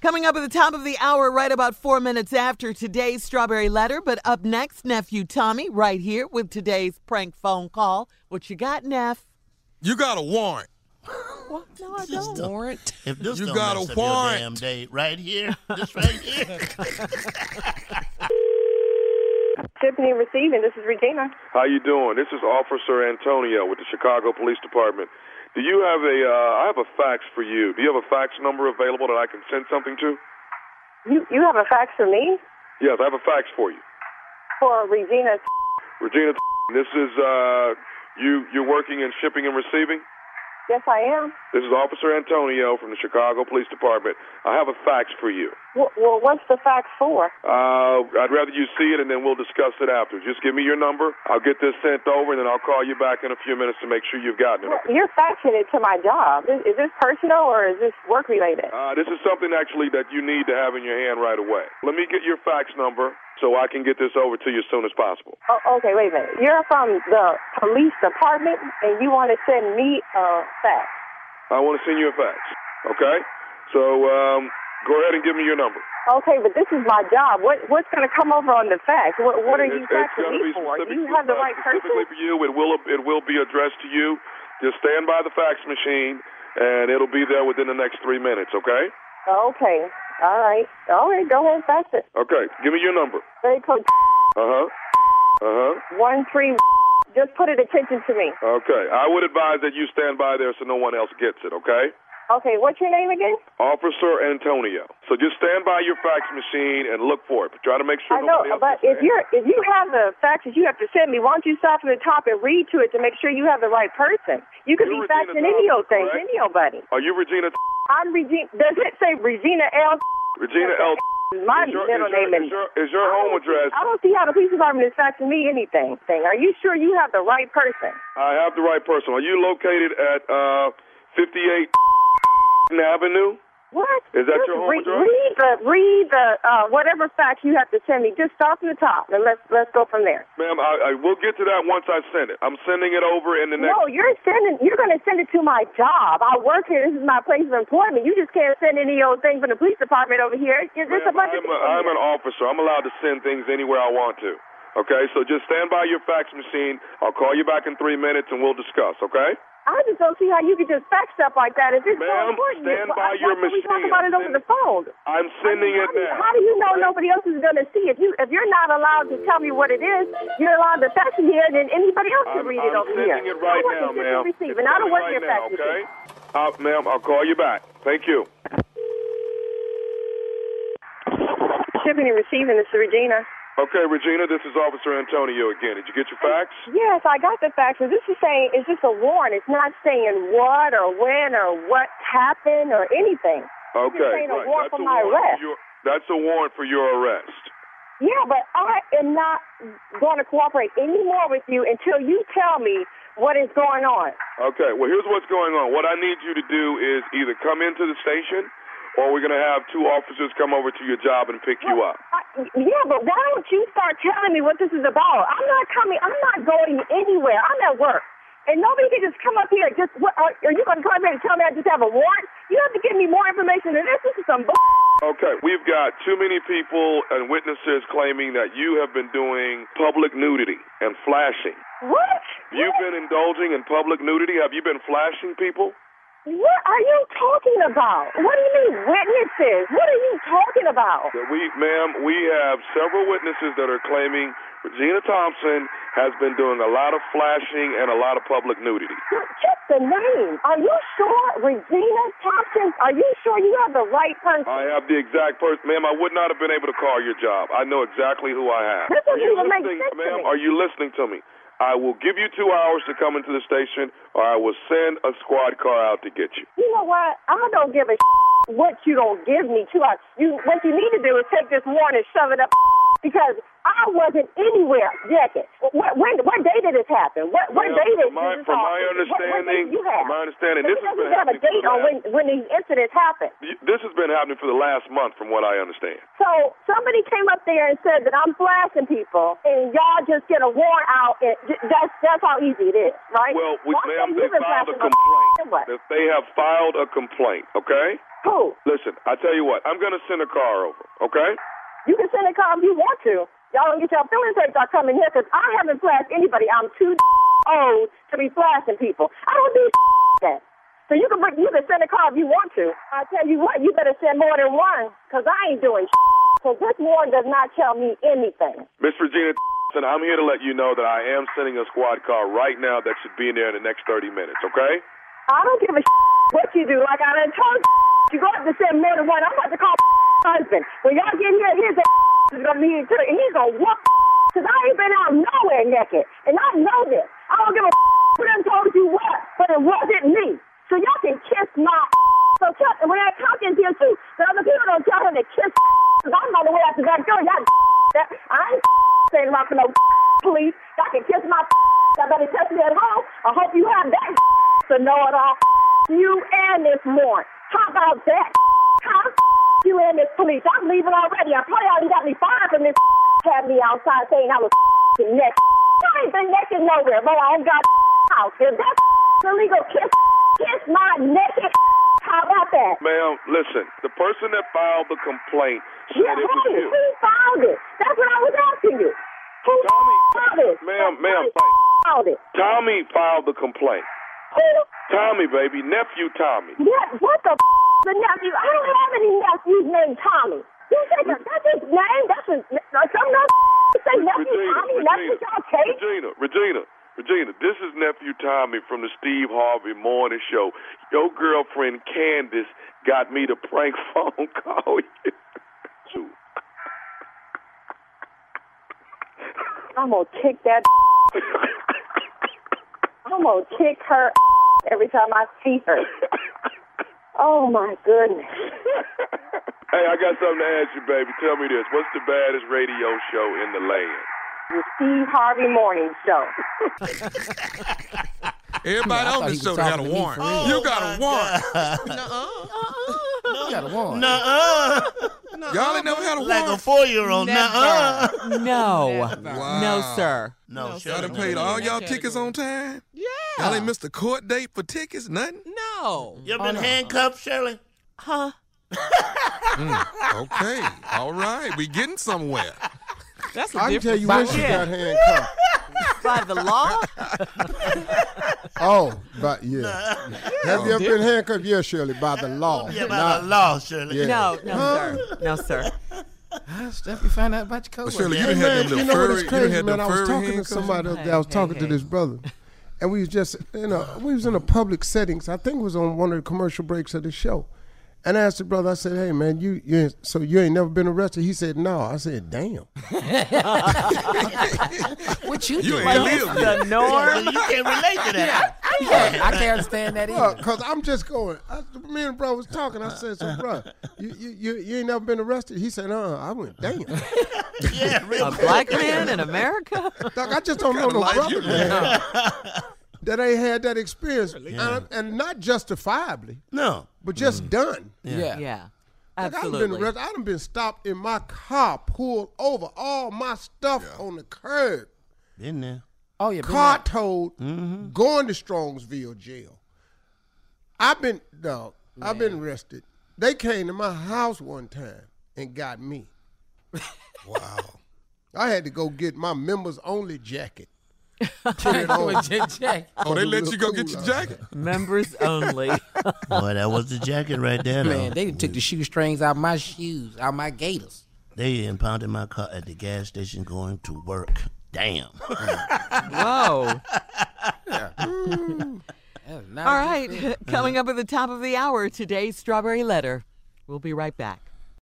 Coming up at the top of the hour, right about four minutes after today's Strawberry Letter. But up next, Nephew Tommy, right here with today's prank phone call. What you got, Neff? You got a warrant. What? No, I Just don't. warrant. If this You don't got mess a up your warrant. damn day, right here, this right here. Tiffany receiving. This is Regina. How you doing? This is Officer Antonio with the Chicago Police Department. Do you have a? Uh, I have a fax for you. Do you have a fax number available that I can send something to? You you have a fax for me Yes, I have a fax for you, for Regina. Regina. This is uh, you. You're working in shipping and receiving. Yes, I am. This is Officer Antonio from the Chicago Police Department. I have a fax for you. Well, well what's the fax for? Uh, I'd rather you see it and then we'll discuss it after. Just give me your number. I'll get this sent over and then I'll call you back in a few minutes to make sure you've gotten it. Well, You're faxing it to my job. Is, is this personal or is this work related? Uh, this is something actually that you need to have in your hand right away. Let me get your fax number so I can get this over to you as soon as possible. Oh, okay, wait a minute. You're from the police department and you want to send me a fax. I want to send you a fax. Okay? So um, go ahead and give me your number. Okay, but this is my job. What what's going to come over on the fax? What what are It- you it's, faxing gonna me be for? Do specific- you have the right specifically person? for you. It will it will be addressed to you. Just stand by the fax machine, and it'll be there within the next three minutes. Okay? Okay. All right. All right. Go ahead, fax it. Okay. Give me your number. They code Uh huh. Uh huh. one three. Just put it attention to me. Okay. I would advise that you stand by there so no one else gets it. Okay? Okay, what's your name again? Officer Antonio. So just stand by your fax machine and look for it. But try to make sure I know, nobody else but gets if it. you're if you have the faxes you have to send me, why don't you start from the top and read to it to make sure you have the right person? You could You're be faxing Regina any old Thompson, thing, correct? any old buddy. Are you Regina? T- I'm Regina. Does it say Regina L? Regina L. Is my is your, middle is your, name. Is your, is your home address? I don't see how the police department is faxing me anything. Thing. Are you sure you have the right person? I have the right person. Are you located at uh, 58 Avenue? What? Is that Just your home read, address? Read the read the uh, whatever fax you have to send me. Just start from the top and let's let's go from there. Ma'am, I, I will get to that once I send it. I'm sending it over in the next. No, you're sending. You're going to send it to my job. I work here. This is my place of employment. You just can't send any old thing from the police department over here. It's just a Ma'am, bunch of I'm, people a, I'm an here. officer. I'm allowed to send things anywhere I want to. Okay, so just stand by your fax machine. I'll call you back in three minutes and we'll discuss. Okay. I just don't see how you could just fax stuff like that. If it's so Ma'am, important, stand Why- why by your can't We talk machine. about it over the phone. I'm sending I mean, how do you- it now. How do you know Okay? nobody else is going to see it? You, if you're not allowed to tell me what it is, you're allowed to fax it here, and then anybody else can I'm, read it I'm over here. sending it I right work in now, shipping ma'am. and receiving. It's I don't coming work right here now, fax okay? machine. Uh, ma'am, I'll call you back. Thank you. Shipping and receiving. This is Regina. Okay, Regina, this is Officer Antonio again. Did you get your fax? Yes, I got the fax. But This is saying it's just a warrant. It's not saying what or when or what happened or anything. Okay, saying a right. warrant that's for a my warrant arrest. For your, that's a warrant for your arrest. Yeah, but I am not going to cooperate anymore with you until you tell me what is going on. Okay, well, here's what's going on. What I need you to do is either come into the station or we're going to have two officers come over to your job and pick you up. I, yeah, but why don't you start telling me what this is about? I'm not coming. I'm not going anywhere. I'm at work. And nobody can just come up here. and Just what are, are you going to come up here and tell me I just have a warrant? You have to give me more information than this. This is some bull. Okay, we've got too many people and witnesses claiming that you have been doing public nudity and flashing. What? You've What? been indulging in public nudity. Have you been flashing people? What are you talking about? What do you mean witnesses? What are you talking about? That we, ma'am, we have several witnesses that are claiming Regina Thompson has been doing a lot of flashing and a lot of public nudity. Check the name. Are you sure, Regina Thompson? Are you sure you have the right person? I have the exact person, ma'am. I would not have been able to call your job. I know exactly who I have. That doesn't Are you even make listening- sense to ma'am. me. Are you listening to me? I will give you two hours to come into the station, or I will send a squad car out to get you. You know what? I don't give a what you don't give me. Two hours. You what you need to do is take this warrant and shove it up because I wasn't anywhere naked. What, when, what day did this happen? What, what Well, day did from my- this from all- my what- what day understanding- did you have? from my understanding, this Because has we been have a happening for date the on when, when these incidents happened. Y- This has been happening for the last month, from what I understand. So somebody came up there and said that I'm flashing people, and y'all just get a warrant out. And j- that's that's how easy it is, right? Well, we, One ma'am, thing they you've been filed a flashing on what? complaint. If They have filed a complaint, okay? Who? Listen, I tell you what, I'm going to send a car over, okay? You can send a car if you want to. Y'all don't get your feelings hurt y'all coming here because I haven't flashed anybody. I'm too old to be flashing people. I don't do that. So you can bring, you can send a car if you want to. I tell you what, you better send more than one because I ain't doing because this warrant does not tell me anything. Miss Regina, and I'm here to let you know that I am sending a squad car right now that should be in there in the next 30 minutes, okay? I don't give a what you do. Like I done told you, you go up to send more than one. I'm about to call husband. When y'all get here, his is gonna be here too, and he's gonna whoop. Cause I ain't been out nowhere naked, and I know this. I don't give a who done told you what, but it wasn't me. So y'all can kiss my. So Chuck, and when that Chuck is here too, the other people don't tell him to kiss. Cause I'm on the way out the back door. Y'all, that I ain't saying about no police. Y'all can kiss my. Y'all better test me at home. I hope you have that to know it all. You and this morning. How about that? How you and this police? I'm leaving already. I probably already got me fired from this. Had me outside saying I was next. I ain't been naked nowhere, but I own God's house. If that's illegal, kiss, kiss my naked. How about that? Ma'am, listen, the person that filed the complaint said Yeah, it was who, you. who found it? That's what I was asking you. Who Tommy, found it? ma'am, ma'am, Who found it? Tommy filed the complaint. Who Tommy, baby, nephew Tommy. What, what the f- the nephew? I don't have any nephews named Tommy. You say that, that's his name? That's his, uh, some nephew say nephew Regina, Tommy? That's Regina, what y'all take? Regina, Regina, Regina, this is nephew Tommy from the Steve Harvey Morning Show. Your girlfriend Candace got me to prank phone call you. I'm gonna kick that. I'm gonna kick her every time I see her. Oh my goodness. hey, I got something to ask you, baby. Tell me this: What's the baddest radio show in the land? The Steve Harvey Morning Show. Everybody I thought on he this was show that had a talking to me warrant. for real. Oh, you got a my warrant. God. You got a warrant. Nuh-uh. Y'all ain't never had a Like a warrant. four-year-old. Nuh-uh. No. Wow. No, sir. No, no Y'all done paid all y'all tickets on time. Yeah. Y'all ain't missed a court date for tickets. Nothing. No. You been handcuffed, Shirley? Huh? Okay. All right. We getting somewhere. That's a I can tell different you when she Yeah. got handcuffed. By the law? Oh, but yeah. Have you ever been handcuffed? Yeah, Shirley, by the law. Yeah, by Not- the law, Shirley. Yeah. No, no, sir. No, sir. Stuff you find out about your But Shirley, you Hey, done had man, them you little know furry, what's you crazy, done had man? them I was furry talking to handcuffs. somebody. the other day. I was Hey, talking to hey, this brother, and we was just you know we was in a public settings. I think it was on one of the commercial breaks of the show. And I asked the brother, I said, "Hey man, you, you ain't- so you ain't never been arrested?" He said, "No." I said, "Damn." What you, You do? ain't It's lived yet. the norm. You can't relate to that. I can't understand that either. Because I'm just going. I, me and bro was talking. I said, "So bro, you you, you, you ain't never been arrested?" He said, "Uh." I went, "Damn." Yeah, real A black man in America? Doc, I just don't know no life brother you man, that ain't had that experience, and, and not justifiably, No. but just done. Mm. Yeah. Yeah. I've been Absolutely. arrested. I've been stopped in my car, pulled over, all my stuff on the curb, Been there. Oh yeah. Mm-hmm. been car there. towed, going to Strongsville jail. I've been dog. I've been arrested. They came to my house one time and got me. wow. I had to go get my members only jacket. Put it on. Jack- Jack. Oh, they let you go get your jacket. Members only. Boy, that was the jacket right there, though. Man, they took the shoestrings out my shoes, out my gaiters. They impounded my car at the gas station going to work. Damn. Whoa. That was not All good. right. Coming up at the top of the hour, today's Strawberry Letter. We'll be right back.